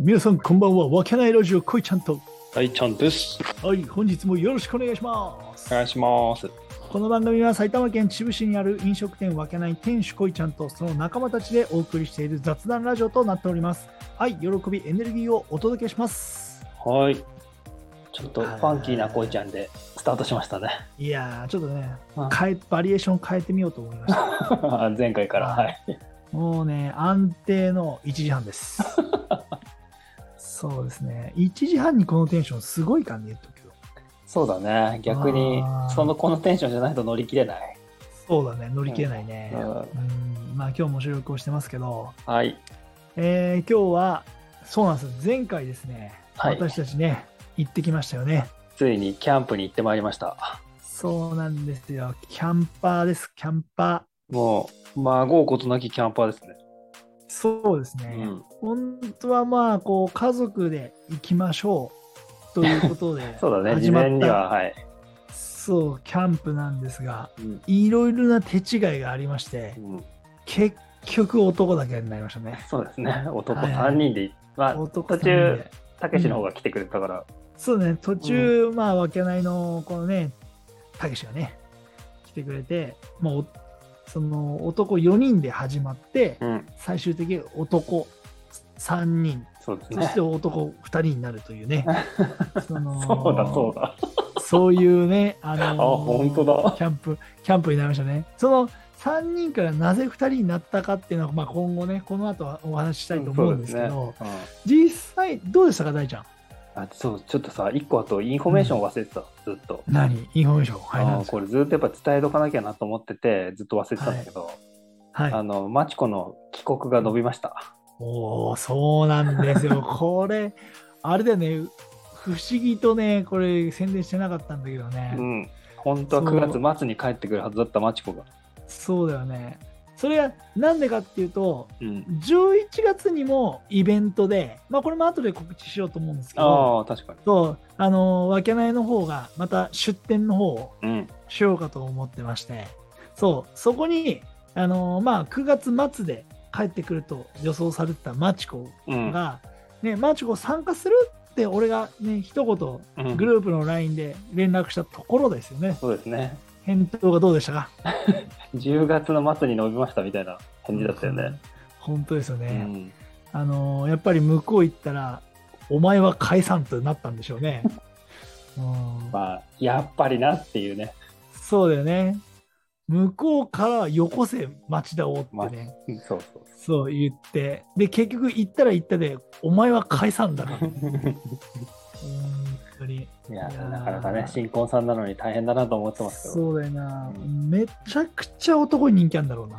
皆さんこんばんはわけないラジオこいちゃんとはい、ちゃんです。はい本日もよろしくお願いしますお願いします。この番組は埼玉県秩父市にある飲食店わけない店主こいちゃんとその仲間たちでお送りしている雑談ラジオとなっておりますはい喜びエネルギーをお届けしますはい。ちょっとファンキーな恋ちゃんでスタートしましたね。 いやーちょっとねうん変えバリエーション変えてみようと思いました前回から。はい。もうね安定の1時半ですそうですね1時半にこのテンションすごい感じで言っとくけどそうだね。逆にあー、そのこのテンションじゃないと乗り切れない。そうだね乗り切れないね、うんうんうんまあ今日も収録をしてますけど、はい。えー今日はそうなんです前回ですね、はい私たちね行ってきましたよねついにキャンプに行ってまいりました。そうなんですよキャンパーですキャンパもう、孫うことなきキャンパーですね。ーそうですうね、ん。本当はまあこう家族で行きましょうということ でそうだね。事始まっ前たには、はい。そうキャンプなんですがうん。いろいろな手違いがありましてうん結局男だけになりましたねそうですね。男はいはい3人で行っ、まあ、男途三人で中、たけしの方が来てくれたから、そうね、途中、まあ、わけないの、このね、たけしがね、来てくれて、まあ、おその男4人で始まって、うん。最終的に男3人、そうですそしねて。男2人になるというね、その そうだ、そうだ。そういうね、あのーあ、本当だ。キャンプ、キャンプになりましたね。その3人からなぜ2人になったかっていうのは、まあ、今後ね、この後はお話ししたいと思うんですけど、そうですねうん実際、どうでしたか、大ちゃん。あそうちょっとさ一個あとインフォメーション忘れてた、ずっと、何インフォメーション。はい、なんあですかこれずっとやっぱ伝えとかなきゃなと思っててずっと忘れてたんだけど、はいあのマチコの帰国が伸びました、おおそうなんです よこれあれだよね不思議とねこれ宣伝してなかったんだけどね、うん本当は9月末に帰ってくるはずだったマチコが、そうだよねそれはなんでかっていうとうん、 11月にもイベントでまあこれも後で告知しようと思うんですけどああ確かそうあのーわけないの方がまた出店の方をにうんしようかと思ってましてそうそこにあのーまあ9月末で帰ってくると予想されてたマチコうんが、ね、マーチコ参加するって俺がね、一言うんグループの LINE で連絡したところですよね。そうですね返答がどうでしたか10月の末に伸びましたみたいな返事だったよね、。本当ですようね。ん、あのーやっぱり向こう行ったら、お前は解散となったんでしょう ね。うん、まあやっぱりなっていうねそうだよね。向こうからはよこせ町田をってね、うんそうそうそう言って、で、結局行ったら行ったで、お前は解散 だから、本 当に。いやいやーなかなかね新婚さんなのに大変だなと思ってますけどそうだよな、うめちゃくちゃ男に人気あるんだろう な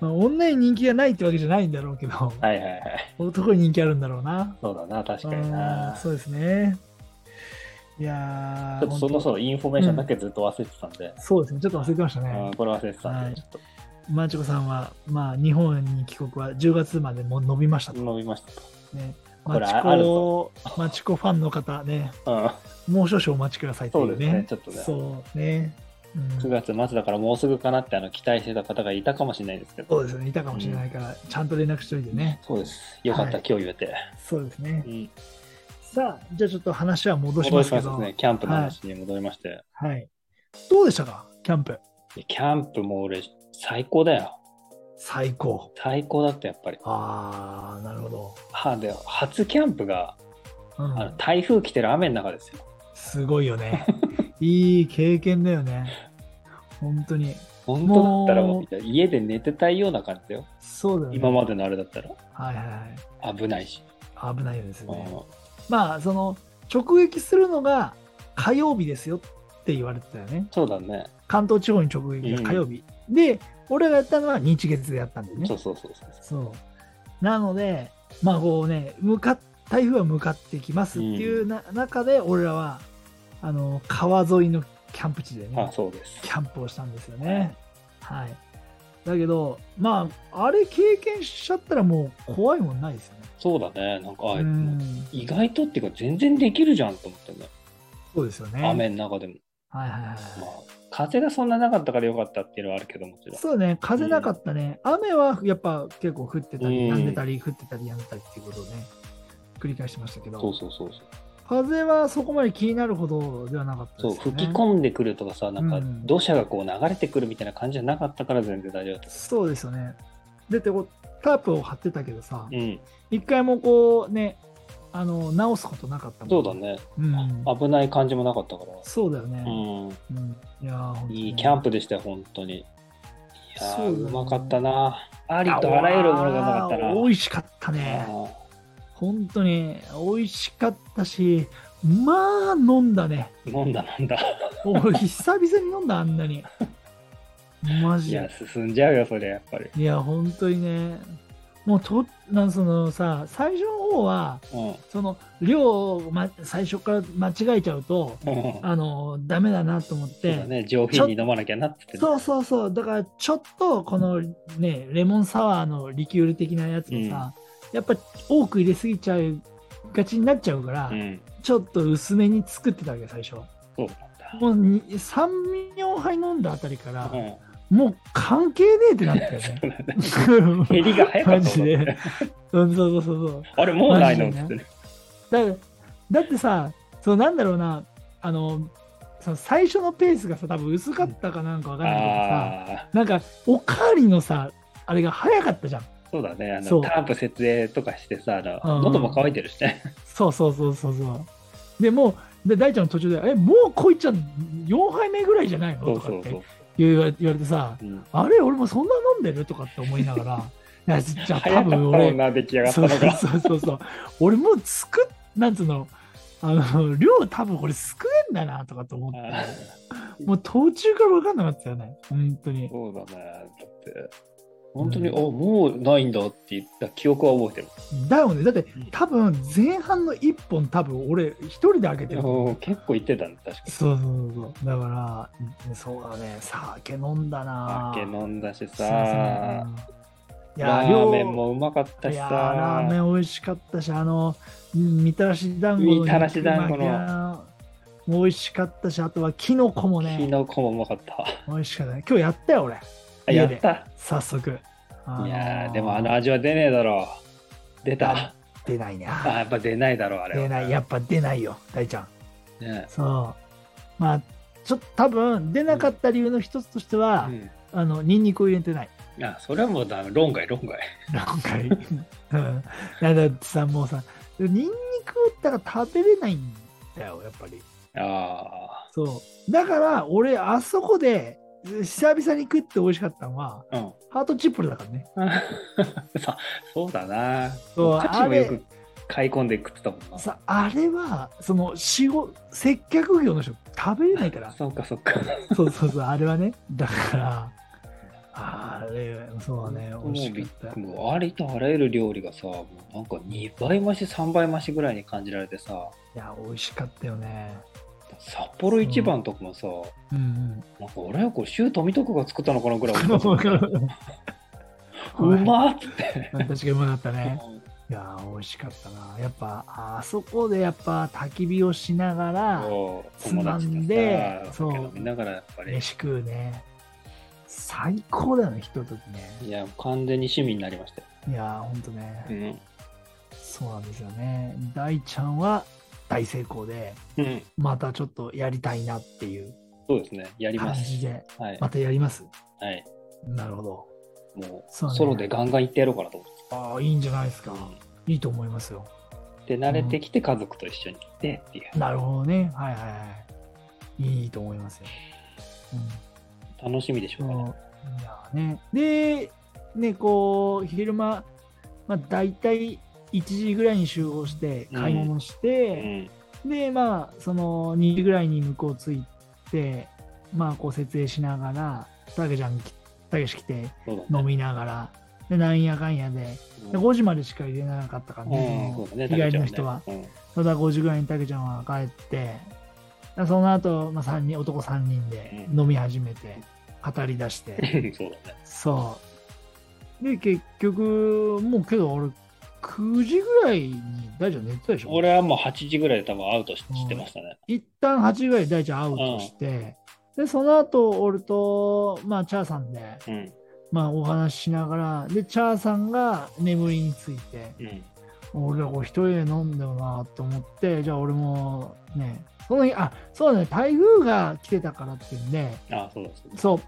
まあ女に人気がないってわけじゃないんだろうけど、はいはいはい男に人気あるんだろうなそうだな、確かにうんな。ちそうですねいやーょっとその本そのインフォメーションだけずっと忘れてたんで当、そうですねちょっと忘れてましたうんねこれ忘れてたはんいで、ちょっマチコさんは、まあ、日本に帰国は10月までもう伸びましたとと伸びましたと。ねこれマチあるコマチコファンの方ねうんもう少々お待ちくださいっていそううねですねちょっとねそうね、うん9月末だからもうすぐかなってあの期待してた方がいたかもしれないですけそうど、ですね、いたかもしれないから、ちゃんと連絡しといてね。そうです。よかった、はい今日言えて。そうですねう。んさあ、じゃあちょっと話は戻し戻まりすけますど、ね。キャンプの話に戻りまして。はい。どうでしたか、キャンプ。いやキャンプも俺、最高だよ。最高。最高だった、やっぱり。あー、なるほど。はで初キャンプが、うあのん、台風来てる雨の中ですよ。すごいよ ね。いい経験だよね。本当に。本当だったらもうもう家で寝てたいような感じだよ。そうだよね。今までのあれだったらはいはい危ないし。はい。危ないようですようね。んまあ、その、直撃するのが火曜日ですよって言われてたよね。そうだね。関東地方に直撃が火曜日。で、俺がやったのは日月でやったんだよねそう。そうそうそう。そう。なので、まあこうね、向かっ台風は向かってきますっていうな、中で、俺らは、あの、川沿いのキャンプ地であね、そうですキ。ャンプをしたんですよね。はい。だけど、まあ、あれ経験しちゃったらもう怖いもんないですよね。そうだね。なんか、あうん。意外とっていうか全然できるじゃんと思ったね。そうですよね。雨の中でも。はいはいはい。まあ、風がそんななかったからよかったっていうのはあるけど、もちろん。そうね、風なかったね。雨はやっぱ結構降ってたうり、んやんでたり、降ってたり、やんでたりっていうことをね、繰り返してましたけそうど、そうそうそう。風はそこまで気になるほどではなかったそうですよね。吹き込んでくるとかさ、なんうかん土砂がこう流れてくるみたいな感じじゃなかったから全然大丈夫だっそうですよね。で、てこタープを張ってたけどさた。、うん、一回もこうね、あの直すことなかったそもうんだね、うん、あ危ない感じもなかったから。そうだようね。ん、うんいやー本当にいいキャンプでしたよ、本当に。いやそうだー、ねうまかったな。ありとあらゆるものがうまかったな。あー美味しかったね。本当に美味しかったし、まあ飲んだね。うん飲んだ飲んだ。俺久々に飲んだ、あん なに。マジいやで。、進んじゃうよ、それやっぱり。いや、本当にね。もうと、なんそのさ、最初の方は、うん。その量を、ま、最初から間違えちゃうと、うんあの、ダメだなと思っそうて。だね、上品に飲まなきゃなって言ってそうそうそう。だから、ちょっと、このね、レモンサワーのリキュール的なやつもさ、やっぱ多く入れすぎちゃうがちになっちゃうから、うん。ちょっと薄めに作ってたわけ、最初は。そうなんもうに3、4杯飲んだあたりからだ。、うん。もう関係ねえってなったよ ね。そうだね減りが早かマったもんだってジで。うんそうそうそうそう。あれ、もうないのっマジつでっねてね。だだってさ、そうなんだろうな、あの、その最初のペースがさ、多分薄かったかなんかわかんないけどさ、ああなんか、おかわりのさ、あれが早かったじゃん。ー、そうだね。あそのうタープ設営とかしてさ、あうのん喉も乾いてるしね。そうそうそうそうそう。でもう、で大ちゃんの途中で、え、もうこいちゃん4杯目ぐらいじゃないのそとうかそっうてそう。言われ言われてさ、うんあれ、俺もそんな飲んでるとかって思いながら、 いやじゃあ早多かった分もん俺、な、出来上がったそうのそうが。そうそうそう、俺もう作っ、なんつうの、あの量多分俺救えんだなとかと思っあて、もう途中から分かんなかったよね、本当ーに。 そうだね。だって、本当に、あ、もうないんだって言った記憶は覚えてる。だよね、だって多分前半の1本多分俺一人で開けてると思ううん結構行ってたね、確かに。そうそうそうそう。だから、そうだね、酒飲んだな。酒飲んだしそうですねさ、いや、ラーメン量もうまかったいしやさ、ラーメン美味しかったし、あの、うんみたらし団子の肉みたらし団子の巻きな美味しかったし、あとはキノコもキね、ノコもうまかった。美味しかったね。今日やったよ、俺、あ家やでった。早速。あのーいやーでもあの、味は出ねえだろう。出た。出ないね。あやっぱ出ないだろう、あれは。出ない、やっぱ出ないよ、大ちゃん。ねそう。まあ、ちょっと多分、出なかった理由の一つとしては、うあの、ニンニクを入れてない。ん、あそれはもうだめ、論外、論外。今 回。うん。なんだってさ、もうさ、ニンニクだから食べれないんだよ、やっぱり。あそう。だから、俺、あそこで、久々に食って美味しかったのは、あ、うん。ハートチップルだからね。 さそうだな。そう価値もよく買い込んで食ってたもんな。さ、あれは、その、仕事、接客業の人、食べれない から。そうか、そうか。そうそうそう、あれはね。だから、あれ、そうね、美味しかった。もうありとあらゆる料理がさ、もうなんか2倍増し、3倍増しぐらいに感じられてさ、いや、美味しかったよ ね。札幌一番とかもさ、うんうん。なんか俺はこれ、周富徳が作ったのかなぐらい思ったもんうい。まっつって。確かにうまかったね。いやー美味しかったなやっぱあそこでやっぱ焚き火をしながらそうつ友ま達んとでさ、そう酒飲みながらやっぱり、飯食うね最高だよねひとときねいや、完全に趣味になりましたよ。いやーほんとね、うんそうなんですよね大ちゃんは大成功でうん、またちょっとやりたいなっていうそうですね、やりま感す。じではい、またやりますはい、なるほどもうそうねソロでガンガン行ってやろうかなと思ってああいいんじゃないですたかいいと思いますよで、慣れてきて家族と一緒に行ってっていう、なるほどねはいはいはいいいと思いますよ、うん楽しみでしょそううかね。いやね。で、ね、こう、昼間、まあ、大体1時ぐらいに集合して、うん買い物しうて、ん、で、まあ、その2時ぐらいに向こう着いて、まあ、こう、設営しながら、たけちゃんき、たけし来て、そうだね。飲みながら、で、なんやかんやで、うんで5時までしか入れなかったからね、うんそうだね、日帰りの人は。食べちゃうね。ただ5時ぐらいにたけちゃんは帰って、でその後、まあ、三人男3人で飲み始めて、語り出して、うんそうだね。そう。で、結局、もうけど俺、9時ぐらいに大ちゃん寝てたでしょ俺はもう8時ぐらいで多分アウトしうんしてましたね。一旦8時ぐらいに大ちゃんアウトして、で、その後、俺と、まあ、チャーさんで、うんまあ、お話ししながら、で、チャーさんが眠りについて、うん俺はこう一人で飲んだよなと思って、じゃあ俺もね、その日、あ、そうだね、台風が来てたからっていうんで、あそうですねそう、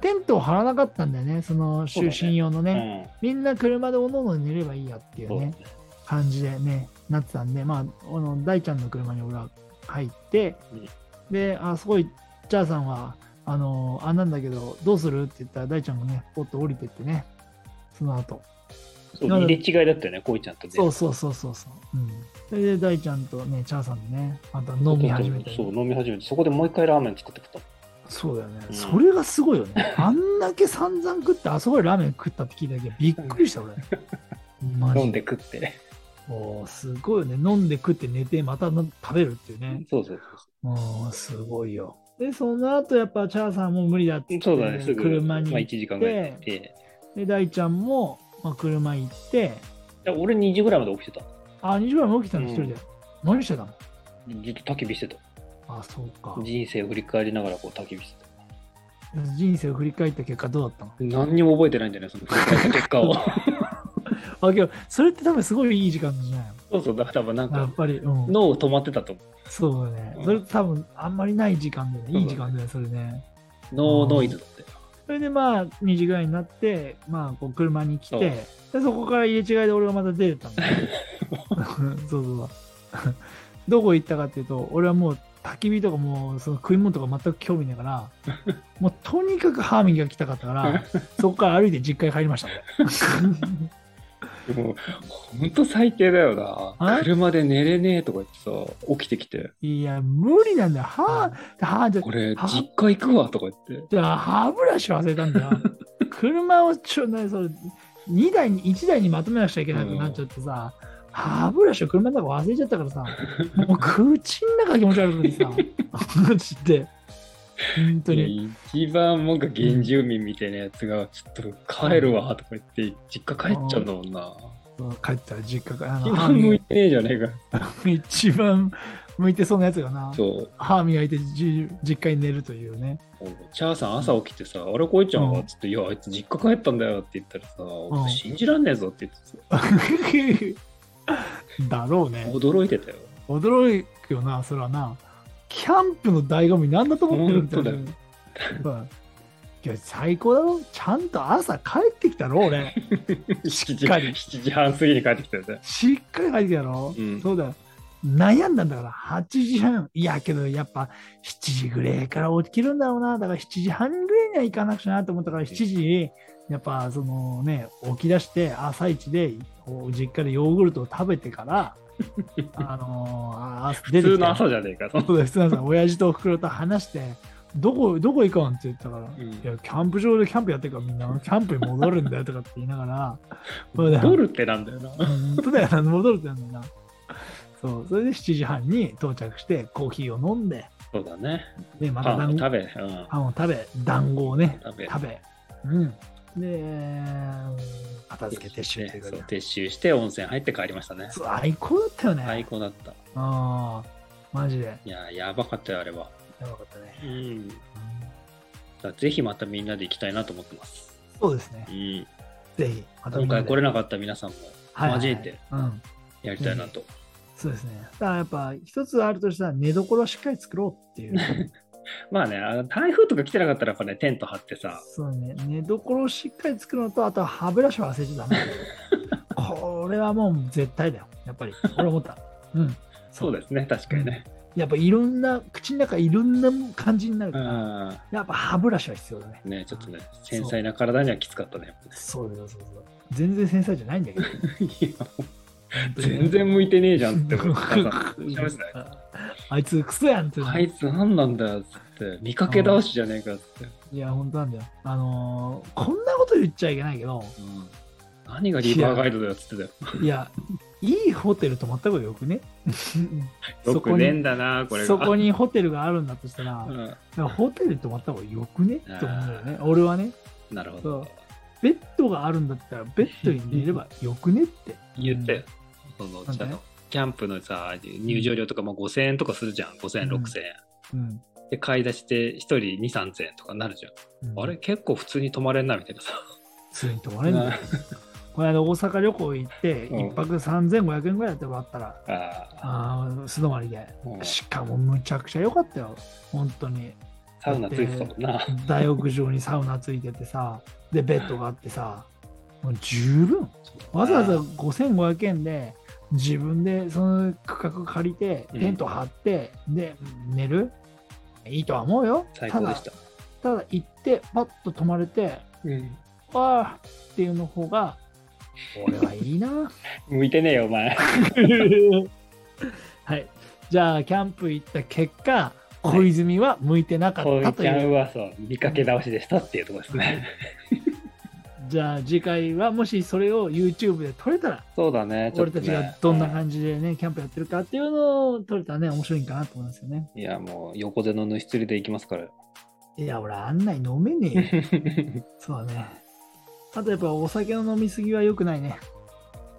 テントを張らなかったんだよね、そのそうだ就ね寝用のね。うんみんな車でおのおの寝ればいいやっていうそうだねね、感じでね、なってたんで、まあ、あの大ちゃんの車に俺は入って、うんで、あ、すごい、チャーさんは、あの、あ、なんだけど、どうするって言ったら、大ちゃんがね、ポッと降りてってね、その後。そうなの入でれ違いだったよねこいちゃんとねそうそうそうそうそう。うん。それで、大ちゃんとね、チャーさんでね、また飲み始めたりそう飲み始めてそこでもう一回ラーメン作ってくとそうだよね。うんそれがすごいよね。あんだけ散々食って、あそこでラーメン食ったって聞いたけど、びっくりした、 俺。マジ飲んで食っておーすごいよね。飲んで食って寝て、また飲食べるっていうね。そうそうおーすごいよ。で、その後やっぱチャーさんも無理だってそ言うってそうだねすぐ車にまあ、1行っ時間ぐらいででて、大ちゃんも、まあ、車行って、俺2時ぐらいまで起きてたあ、2時ぐらいも起きたの、うん一人で。何してたのずっと焚き火してたあ、そうか。人生を振り返りながらこう焚き火してた人生を振り返った結果どうだったの何にも覚えてないんだよねその振り返った結果 をあ、けど、それって多分すごいいい時間じゃないそうそうだから多分なんのやかっぱり、うん。脳止まってたと思うそうだねう。んそれ多分あんまりない時間だよね。いいそ時うだ間だよね、それね。脳ノイズだったよそれでまあ2時ぐらいになって、まあこう車に来て、でそこから入れ違いで俺はまた出てったんだよ。 そうそうそう。どこ行ったかっていうと、俺はもう焚き火とかもうその食い物とか全く興味ない から、もうとにかく歯磨きたかったから、そこから歩いて実家に帰りましたね。でもほんと最低だよあな車で寝れねえとか言ってさ起きてきていや、無理なんだよ。歯、歯じゃ、俺は実家行くわとか言ってじゃあ歯ブラシ忘れたん だよ。車をちょ、なにそれ、2台に、1台にまとめなくちゃいけなくなっちゃってさ、歯ブラシを車の中忘れちゃったからさ、もう口の中気持ち悪く てさ、マジで。本当に。一番僕が原住民みたいなやつがちょっと帰るわとか言って実家帰っちゃうんだもんな帰ったら実家から、あの一歯番磨向いいてねえじゃねえか一番向いてそうなやつがな、そう歯磨いてじ実家に寝るという ね。チャーさん朝起きてさ「あれこいちゃんうは?」んつって「いやあいつ実家帰ったんだよ」って言ったらさ「ん俺信じらんねえぞ」って言ってさだろうね。驚いてたよ驚くよな、それはな。キャンプの醍醐味なんだと思ってるんだよ。本うんいや、最高だろちゃんと朝帰ってきたろ俺。 7時っか り7時半過ぎに帰ってきたよねしっかり帰ってきたろ、うんそうだよ。悩んだんだから、8時半。いや、けどやっぱ7時ぐらいから起きるんだろうな。だから7時半ぐらいには行かなくちゃなと思ったから、7時に、やっぱそのね、起き出して、朝一で、こう実家でヨーグルトを食べて から、あのー、あ出てき普通たのよ朝じゃねえかとそうだよ、普通なんですよ 親父とおふくろと話して、どこ、どこ行かんって言ったから、んいや、キャンプ場でキャンプやってるからみんな、キャンプに戻るんだよとかって言いなが ら、そうだドよ、ルってなんだよな本当だよな、戻るってなんだよな。そう、それで7時半に到着して、コーヒーを飲んで、そうだねで、またパン団を子食べうんパンを食べ、団子をね、食べ食べ、うん。で、片付け撤収っていうそうか、撤収して温泉入って帰りましたねそう最高だったよね。最高だったああ、マジで、やいややばかったよあれはばかったね。うんだかうんらぜひまたみんなで行きたいなと思ってますそうですねう。んぜひ、またみ今んなで回来れなかった皆さんもはいはい交えてうん。やりたいなとそうですね。だからやっぱ一つあるとしたら寝所をしっかり作ろうっていう。 まあね、あの台風とか来てなかったらやっぱね、テント張ってさ、そうね。寝所をしっかり作るのと、あとは歯ブラシを忘れちゃダメ。これはもう絶対だよ。やっぱり。俺思った。うん。そうですね、確かにね。やっぱいろんな、口の中いろんな感じになるうから、ん、やっぱ歯ブラシは必要だね。ね、ちょっとね、繊細な体にはきつかったね。やっぱそうだよ、そうそう。全然繊細じゃないんだけど。ねいや全然向いてねえじゃんって思ったさ。喋ってたよあいつクソやんっていうのあいつ何なんだよっつって、見かけ倒しじゃねえかっつって。いや本当なんだよあのーこんなこと言っちゃいけないけどうん何がリバーガイドだよっつってたよ。いや、いいホテル泊まった方がよくね。そこよくねえにんだな、これが。そこにホテルがあるんだとしたらう、んホテル泊まった方がよくねと思うよね。俺はね、なるほそうど。ベッドがあるんだったら、ベッドに寝ればよくねって。言ってう、その、なんちでゃんとキャンプのさ、入場料とかまあ5000円とかするじゃん。5000円、うん6000円。ん。うんで買い出して1人2、3000円とかなるじゃん。うんあれ結構普通に泊まれんなみたいなさ。普通に泊まれんのこの間大阪旅行行って、うん1泊3500円ぐらいだってもらったら、 ああー素泊まりで。ーもうしかもむちゃくちゃ良かったよ、本当に。サウナついてたもんな。 大浴場にサウナついててさ、で、ベッドがあってさ、もう十分。わざわざ5500円で、自分でその区画借りて、テント張って、で、寝るいいとは思うよ。最高でしたた。だ、ただ行って、パッと泊まれて、うんわーっていうの方が、俺はいい な。向いてねえよ、お前。はい。じゃあ、キャンプ行った結果、小泉は向いてなかった小とちいゃう。んはそう見かけ倒しでしたっていうところですね。 じゃあ、次回はもしそれを YouTube で撮れたら、そうだね、俺たちがどんなじ感じでね、キャンプやってるかっていうのを撮れたらね、面白いんかなと思うんですよね。いや、もう横手の縫い釣りで行きますから。いや、俺、あんなに飲めねえよ。 そうだね。あと、やっぱお酒の飲みすぎは良くないね。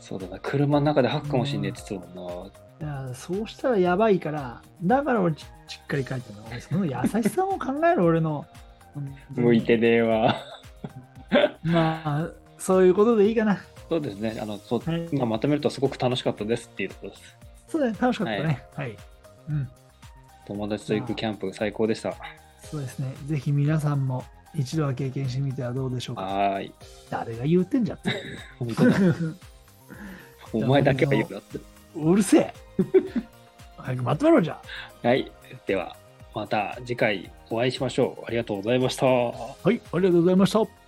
そうだな、車の中で吐くかもしんねえって言ってたもんな。いやそうしたらやばいから、だから俺、しっかり書いてるの。俺その優しさも考えろ、俺の。 向いてねえわ。まあ、そういうことでいいかな。そうですね、あのそうはいまあまとめるとすごく楽しかったですっていうところです。そうだね、楽しかったね。はい。うん。友達と行くキャンプ最高でした。そうですね。ぜひ皆さんも一度は経験してみてはどうでしょうか。はーい。誰が言ってんじゃん。本当だお前だけは言うなって。うるせえ。早くまとめろじゃはい。では、また次回お会いしましょう。ありがとうございました。あ。はい、ありがとうございました。